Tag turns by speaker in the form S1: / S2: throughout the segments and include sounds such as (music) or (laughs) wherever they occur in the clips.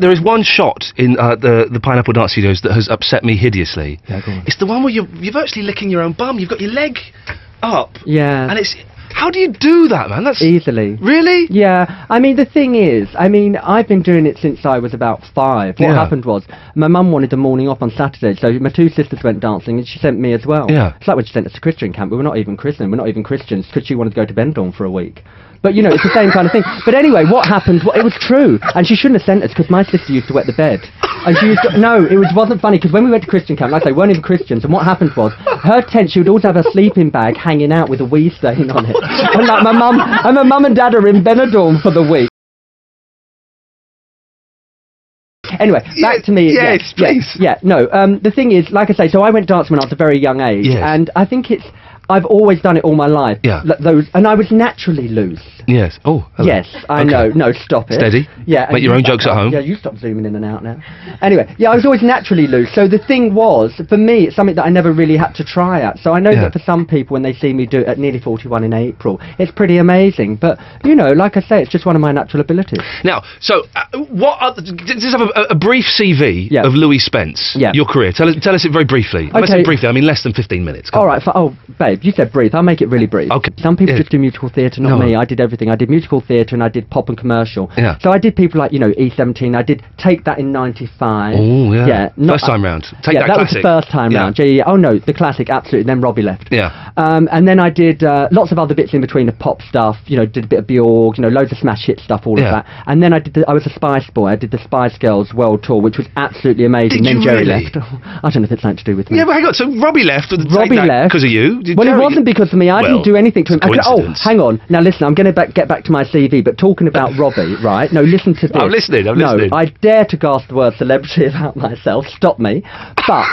S1: there is one shot in uh, the the Pineapple Dance Studios that has upset me hideously.
S2: Yeah, go on.
S1: It's the one where you're you're virtually licking your own bum. You've got your leg up,
S2: Yeah.
S1: and it's how do you do that, man? That's
S2: easily.
S1: really
S2: Yeah, I mean the thing is, I mean I've been doing it since I was about five. What
S1: Yeah.
S2: happened was my mum wanted a morning off on Saturday, so my two sisters went dancing and she sent me as well.
S1: Yeah.
S2: it's like when she sent us to Christian camp. We were not even Christian, we're not even Christians because she wanted to go to Bendown for a week. But you know, it's the same kind of thing. But anyway, what happened? What, it was true, and she shouldn't have sent us because my sister used to wet the bed. And she used to, no, it was, wasn't funny because when we went to Christian camp, like I say, we weren't even Christians. And what happened was, her tent, she would always have her sleeping bag hanging out with a wee stain on it. And like my mum, and my mum and dad are in Benidorm for the week. Anyway,
S1: Yes,
S2: back to me.
S1: yes,
S2: yeah,
S1: please.
S2: Yeah, no. Um, the thing is, like I say, so I went dancing when I was a very young age,
S1: Yes.
S2: and I think it's. I've always done it all my life.
S1: Yeah.
S2: L- those, and I was naturally loose.
S1: yes. Oh, hello.
S2: Yes, I
S1: Okay.
S2: know. No, stop it.
S1: Steady.
S2: Yeah. and
S1: Make your
S2: you
S1: own
S2: back
S1: jokes at
S2: up.
S1: home.
S2: Yeah, you stop zooming in and out now. Anyway, yeah, I was always naturally loose. So the thing was, for me, it's something that I never really had to try out. So I know
S1: Yeah.
S2: that for some people, when they see me do it at nearly 41 in April, it's pretty amazing. But, you know, like I say, it's just one of my natural abilities.
S1: Now, so uh, what? Are the, just have a, a brief CV
S2: Yeah.
S1: of Louis Spence.
S2: Yeah.
S1: Your career. Tell us, tell us it very briefly. When I say
S2: Okay.
S1: briefly, I mean less than fifteen minutes. Come
S2: All
S1: on.
S2: right. fi- oh, babe, you said breathe. I'll make it really brief.
S1: Okay.
S2: Some people
S1: Yeah.
S2: just do musical theatre, not
S1: No.
S2: me. I did everything. I did musical theatre and I did pop and commercial.
S1: Yeah.
S2: So I did people like, you know, E17. I did Take That in 95.
S1: Oh yeah.
S2: Yeah. not-
S1: first time round. Take
S2: yeah,
S1: that,
S2: that was the
S1: classic.
S2: first time
S1: Yeah.
S2: round. Yeah, yeah, yeah. Oh, no, the classic, absolutely. Then Robbie left.
S1: Yeah.
S2: Um, and then I did uh, lots of other bits in between the pop stuff, you know, did a bit of Bjork, you know, loads of smash hit stuff, all
S1: Yeah.
S2: of that. And then I did, the, I was a Spice Boy, I did the Spice Girls World Tour, which was absolutely amazing.
S1: Did
S2: then
S1: you
S2: Jerry
S1: really?
S2: left. (laughs) I don't know if it's something to do with me.
S1: Yeah, but hang on. So Robbie left.
S2: Robbie left
S1: because of you. Did
S2: well,
S1: Jerry-
S2: it wasn't because of me. I
S1: Well,
S2: didn't do anything to him.
S1: it's a
S2: I could- oh,
S1: coincidence.
S2: hang on. Now listen, I'm going to ba- get back to my CV. But talking
S1: (laughs)
S2: about Robbie, right? No, listen to this.
S1: I'm listening, I'm
S2: no,
S1: listening.
S2: I dare to gasp the word celebrity (laughs) about myself. Stop me. But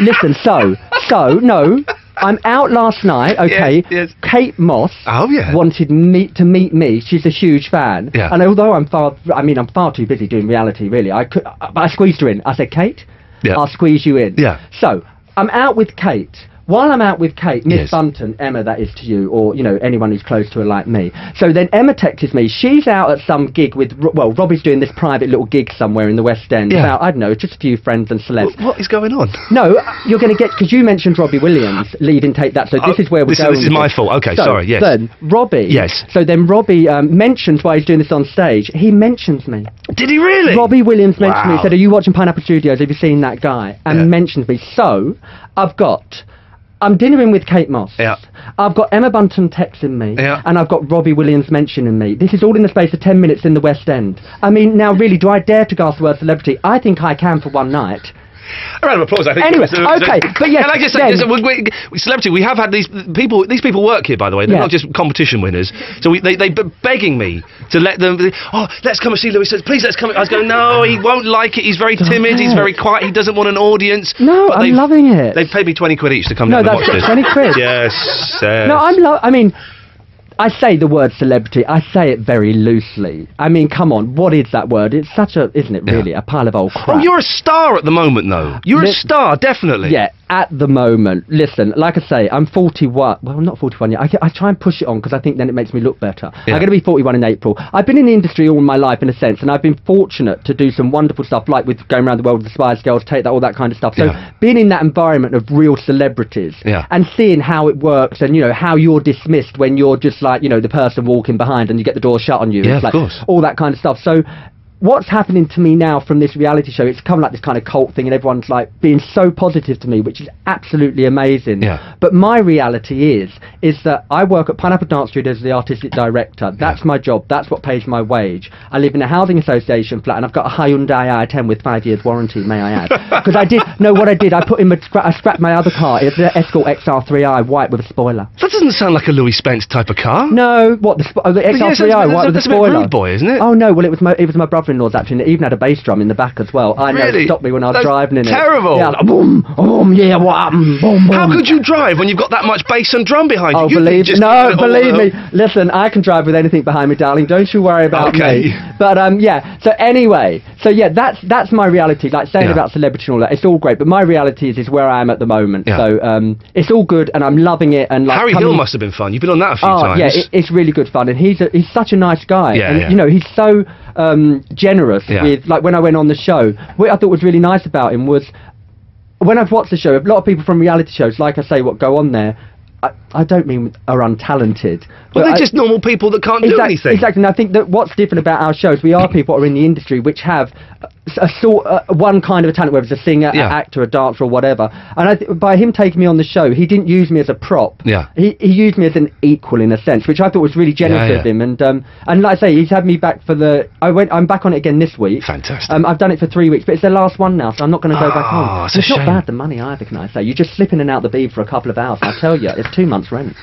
S2: listen. So, so no. I'm out last night, okay?
S1: yes.
S2: Kate Moss
S1: Oh, yeah.
S2: wanted me to meet me. She's a huge fan.
S1: Yeah.
S2: And although I'm far, I mean, I'm far too busy doing reality, really. I could, I, I squeezed her in. I said, Kate,
S1: Yeah.
S2: I'll squeeze you in.
S1: Yeah.
S2: So I'm out with Kate. While I'm out with Kate,
S1: Yes.
S2: Miss Bunton, Emma, that is to you, or you know anyone who's close to her like me. So then Emma texts me. She's out at some gig with Ro- well, Robbie's doing this private little gig somewhere in the West End.
S1: Yeah.
S2: About I don't know, just a few friends and celebs.
S1: What is going on?
S2: No, you're going to get because you mentioned Robbie Williams leaving Take That. So this
S1: Oh,
S2: is where we're
S1: this is-
S2: going.
S1: this is
S2: with
S1: my fault. Okay,
S2: So
S1: sorry, yes.
S2: Then Robbie.
S1: Yes.
S2: So then Robbie um, mentions why he's doing this on stage. He mentions me.
S1: Did he really?
S2: Robbie Williams mentioned me.
S1: Wow.
S2: He said, "Are you watching Pineapple Studios? Have you seen that guy?" And
S1: Yeah.
S2: mentioned me. So I've got. I'm dinnering with Kate Moss.
S1: Yeah.
S2: I've got Emma Bunton texting me.
S1: Yeah.
S2: And I've got Robbie Williams mentioning me. This is all in the space of 10 minutes in the West End. I mean, now really, do I dare to gasp the word celebrity? I think I can for one night.
S1: A round of applause, I think.
S2: Anyway,
S1: It was-
S2: okay, but yes,
S1: Can I just say,
S2: then-
S1: just, we, we- celebrity, we have had these people. These people work here, by the way. They're
S2: Yeah.
S1: not just competition winners. So we, they they be- begging me to let them. Oh, let's come and see Louis. Says, please, let's come. I was going, no, he won't like it. He's very timid. He's
S2: it.
S1: very quiet. He doesn't want an audience.
S2: No,
S1: But
S2: I'm
S1: they've-
S2: loving it.
S1: They've paid me twenty quid each to come
S2: No,
S1: down and
S2: that's
S1: watch this.
S2: 20 quid.
S1: Yes. yes.
S2: No, I'm. Lo- I mean, I say the word celebrity. I say it very loosely. I mean, come on, what is that word? It's such a, isn't it? Really, a pile of old crap.
S1: Oh, you're a star at the moment, though. You're a
S2: Li-
S1: star, definitely.
S2: yeah, at the moment. Listen, like I say, I'm 41. Well, I'm not 41 yet. I, I try and push it on because I think then it makes me look better.
S1: Yeah.
S2: I'm going to be 41 in April. I've been in the industry all my life, in a sense, and I've been fortunate to do some wonderful stuff, like with going around the world with the Spice Girls, take that, all that kind of stuff. So
S1: Yeah.
S2: being in that environment of real celebrities
S1: Yeah.
S2: and seeing how it works and, you know, how you're dismissed when you're just like, you know, the person walking behind and you get the door shut on you.
S1: Yeah, of
S2: It's like
S1: course.
S2: All that kind of stuff. So what's happening to me now from this reality show, it's come like this kind of cult thing and everyone's like being so positive to me, which is absolutely amazing.
S1: Yeah.
S2: But my reality is, is that I work at Pineapple Dance Studios as the artistic director. That's my job. That's what pays my wage. I live in a housing association flat and I've got a Hyundai i10 with five years warranty, may I add. Because I did, no, what I did, I put in, my, scra- I scrapped my other car. It's an Escort XR3i white with a spoiler.
S1: That doesn't sound like a Louis Spence type of car.
S2: No, what the, sp- oh, the
S1: yeah, so
S2: XR3i
S1: that's-
S2: white with a
S1: that's a bit rude
S2: spoiler.
S1: boy, isn't it?
S2: Oh no, well it was my it was my brother-in-law's actually. And it even had a bass drum in the back as well. I know
S1: Really?
S2: it stopped me when I was
S1: That's
S2: driving in
S1: terrible.
S2: it. Yeah, like, boom, boom, yeah, what happened? Boom, boom.
S1: How could you drive when you've got that much bass and drum behind behind you.
S2: Oh,
S1: You
S2: believe
S1: just
S2: no,
S1: did it all
S2: believe me.
S1: alone.
S2: Listen, I can drive with anything behind me, darling. Don't you worry about
S1: Okay.
S2: me. But um, yeah. So anyway, so yeah, that's that's my reality. Like saying
S1: Yeah.
S2: about celebrity and all that, it's all great. But my reality is is where I am at the moment.
S1: Yeah.
S2: So um, it's all good, and I'm loving it. And like
S1: Harry
S2: coming-
S1: Hill must have been fun. You've been on that a few
S2: Oh
S1: times.
S2: yeah, it, it's really good fun, and he's a, he's such a nice guy,
S1: Yeah,
S2: and
S1: yeah.
S2: you know he's so um, generous
S1: Yeah.
S2: with like when I went on the show. What I thought was really nice about him was when I've watched the show, a lot of people from reality shows, like I say, what go on there. I, I don't mean are untalented.
S1: well,
S2: but
S1: they're
S2: I-
S1: just normal people that can't do
S2: Exact-
S1: anything. (laughs)
S2: Exactly. And I think that what's different about our shows, we are people who are in the industry which have a, a sort, uh, one kind of a talent, whether it's a singer,
S1: Yeah.
S2: an actor, a dancer, or whatever. And I th- by him taking me on the show, he didn't use me as a prop.
S1: Yeah.
S2: He, he used me as an equal in a sense, which I thought was really generous
S1: Yeah, yeah.
S2: of him. And um, and like I say, he's had me back for the. I went. I'm back on it again this week.
S1: Fantastic.
S2: Um, I've done it for three weeks, but it's the last one now, so I'm not going to go back
S1: Ah,
S2: on.
S1: it's a
S2: not
S1: shame.
S2: bad the money either, can I say? You just slip in and out the bead for a couple of hours. I tell you, it's two months'
S1: (laughs)
S2: rent.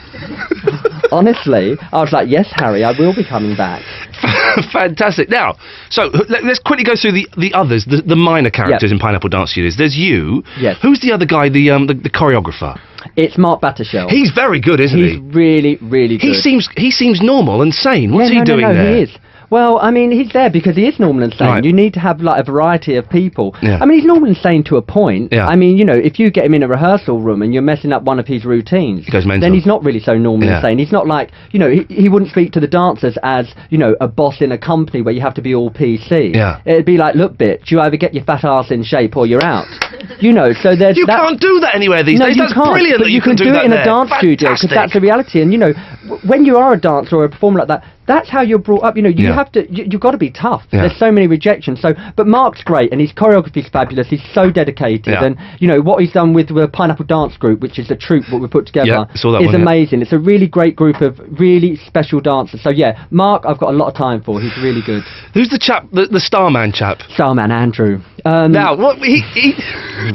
S2: Honestly, I was like, yes, Harry, I will be coming back.
S1: Fantastic. Now, so h- let, us quickly go through the, the others, the, the minor characters in Pineapple Dance Studios. There's you.
S2: Yes. Oh.
S1: Who's the other guy, the um the, the choreographer?
S2: It's Mark Battershell.
S1: He's very good, isn't
S2: He's
S1: he?
S2: really, really good.
S1: He seems he seems normal and sane. What's
S2: Yeah,
S1: he
S2: no,
S1: doing
S2: no, no,
S1: there?
S2: He is. Well, I mean, he's there because he is normal and sane.
S1: Right.
S2: You need to have like a variety of people.
S1: Yeah.
S2: I mean, he's normal and sane to a point.
S1: Yeah.
S2: I mean, you know, if you get him in a rehearsal room and you're messing up one of his routines,
S1: He goes mental.
S2: then he's not really so normal
S1: Yeah.
S2: and sane. He's not like, you know, he, he wouldn't speak to the dancers as, you know, a boss in a company where you have to be all PC.
S1: Yeah.
S2: It'd be like, look, bitch, you either get your fat ass in shape or
S1: (laughs)
S2: you're out. you know, so there's
S1: You
S2: that-
S1: can't do that anywhere these
S2: no,
S1: days.
S2: you
S1: that's
S2: can't.
S1: brilliant
S2: but
S1: that
S2: you can, do,
S1: that
S2: it in
S1: there.
S2: a dance studio
S1: Fantastic.
S2: because that's the reality. And you know, w- when you are a dancer or a performer like that, that's how you're brought up. You know, you
S1: Yeah.
S2: have to. You, you've got to be tough.
S1: Yeah.
S2: There's so many rejections. So, but Mark's great, and his choreography's fabulous. He's so dedicated,
S1: Yeah.
S2: and you know what he's done with the Pineapple Dance Group, which is the troupe that we put
S1: Yeah,
S2: together,
S1: saw that
S2: is
S1: one, yeah.
S2: amazing. It's a really great group of really special dancers. So yeah, Mark, I've got a lot of time for. He's really good.
S1: Who's the chap, the, the Starman chap?
S2: Starman Andrew. Um,
S1: Now, what he,
S2: (laughs)
S1: he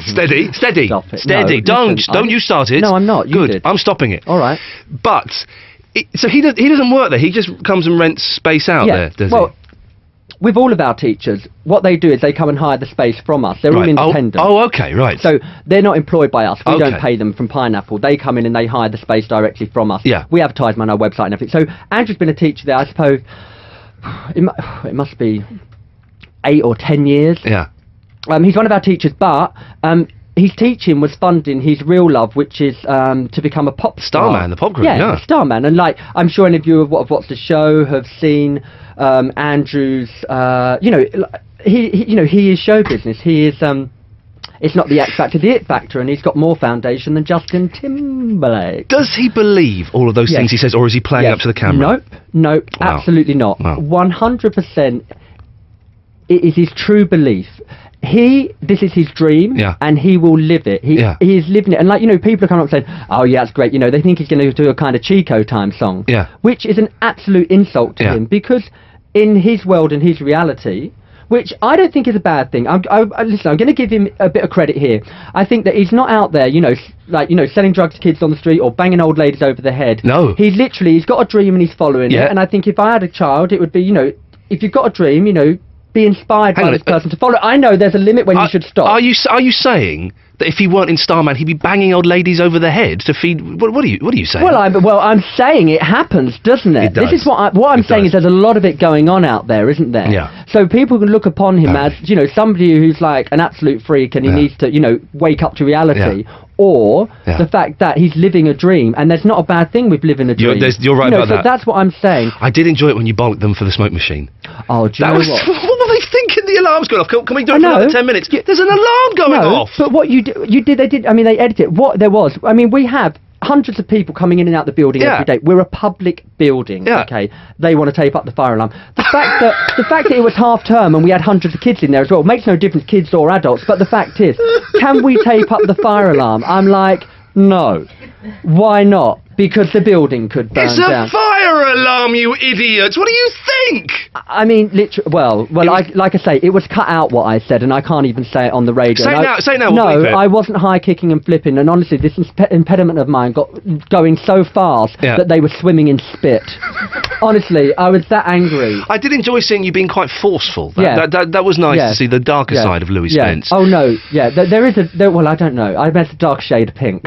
S1: steady, steady,
S2: Stop it.
S1: steady.
S2: No,
S1: don't,
S2: listen,
S1: don't
S2: I-
S1: you start it?
S2: No, I'm not. You
S1: Good.
S2: did.
S1: I'm stopping it.
S2: All right.
S1: But it, so he does, he doesn't work there. He just comes and rents space out there, does
S2: well,
S1: he?
S2: with all of our teachers, what they do is they come and hire the space from us. They're all
S1: Right. Oh-
S2: independent.
S1: Oh, okay, right.
S2: So they're not employed by us. We
S1: Okay.
S2: don't pay them from Pineapple. They come in and they hire the space directly from us.
S1: Yeah.
S2: We advertise them on our website and everything. So Andrew's been a teacher there, I suppose. (sighs) It, mu- it must be eight or ten years.
S1: yeah.
S2: Um, he's one of our teachers, but um, his teaching was funding his real love, which is um, to become a pop star.
S1: Starman, the pop group,
S2: Yeah,
S1: yeah.
S2: Starman. And like, I'm sure any of you have, what, have watched the show have seen um, Andrew's. Uh, you know, l- he, he, you know, he is show business. He is. Um, it's not the X Factor, the It Factor, and he's got more foundation than Justin Timberlake.
S1: Does he believe all of those
S2: Yes.
S1: things he says, or is he playing
S2: Yes.
S1: up to the camera?
S2: Nope, nope,
S1: Wow.
S2: absolutely not.
S1: Wow.
S2: 100% it is his true belief. He, this is his dream,
S1: Yeah.
S2: and he will live it. He,
S1: Yeah.
S2: he is living it. And like, you know, people are coming up saying, oh yeah, that's great. You know, they think he's going to do a kind of Chico time song.
S1: Yeah.
S2: Which is an absolute insult to
S1: Yeah.
S2: him because in his world and his reality, which I don't think is a bad thing. I'm, I, I, listen, I'm going to give him a bit of credit here. I think that he's not out there, you know, s- like, you know, selling drugs to kids on the street or banging old ladies over the head.
S1: No.
S2: He literally, he's got a dream and he's following
S1: Yeah.
S2: it. And I think if I had a child, it would be, you know, if you've got a dream, you know, be inspired
S1: Hang
S2: by
S1: on,
S2: this
S1: uh,
S2: person to follow. I know there's a limit when
S1: Are,
S2: you should stop.
S1: Are you s- are you saying that if he weren't in Starman, he'd be banging old ladies over the head to feed? What, what are you What are you saying?
S2: well, I'm well. I'm saying it happens, doesn't it?
S1: It does.
S2: This is what I, what I'm
S1: It
S2: saying
S1: does.
S2: is there's a lot of it going on out there, isn't there?
S1: Yeah.
S2: So people can look upon him as you know somebody who's like an absolute freak and he
S1: Yeah.
S2: needs to you know wake up to reality, or
S1: Yeah.
S2: the fact that he's living a dream, and there's not a bad thing with living a
S1: You're-
S2: dream.
S1: there's- you're right
S2: You know,
S1: about
S2: so
S1: that.
S2: That's what I'm saying.
S1: I did enjoy it when you bollocked them for the smoke machine.
S2: Oh, do you
S1: That
S2: know
S1: was (laughs)
S2: what?
S1: what? were they thinking? The alarm's going off. Can, can we do it
S2: I
S1: for
S2: know.
S1: another ten minutes?
S2: You-
S1: There's an alarm going
S2: no,
S1: off.
S2: But what you do, you did, they did. I mean, they edited it. What there was. I mean, we have hundreds of people coming in and out the building
S1: Yeah.
S2: every day. We're a public building.
S1: Yeah.
S2: Okay. They want to tape up the fire alarm. The fact that the fact that it was half term and we had hundreds of kids in there as well makes no difference, kids or adults. But the fact is, can we tape up the fire alarm? I'm like, no. Why not? Because the building could burn
S1: It's a
S2: down.
S1: fire alarm, you idiots! What do you think?
S2: I mean, literally. Well, well, I, like I say, it was cut out what I said, and I can't even say it on the radio.
S1: Say it
S2: And I-
S1: now- say it now, we'll
S2: No,
S1: bleep it.
S2: I wasn't high kicking and flipping, and honestly, this imp- impediment of mine got going so fast
S1: Yeah.
S2: that they were swimming in spit. honestly, I was that angry.
S1: I did enjoy seeing you being quite forceful. That,
S2: Yeah.
S1: that, that, that was nice
S2: Yeah.
S1: to see the darker
S2: Yeah.
S1: side of Louis
S2: yeah.
S1: Spence.
S2: Oh no, yeah, there, there is a. There, well, I don't know. I meant a dark shade of pink.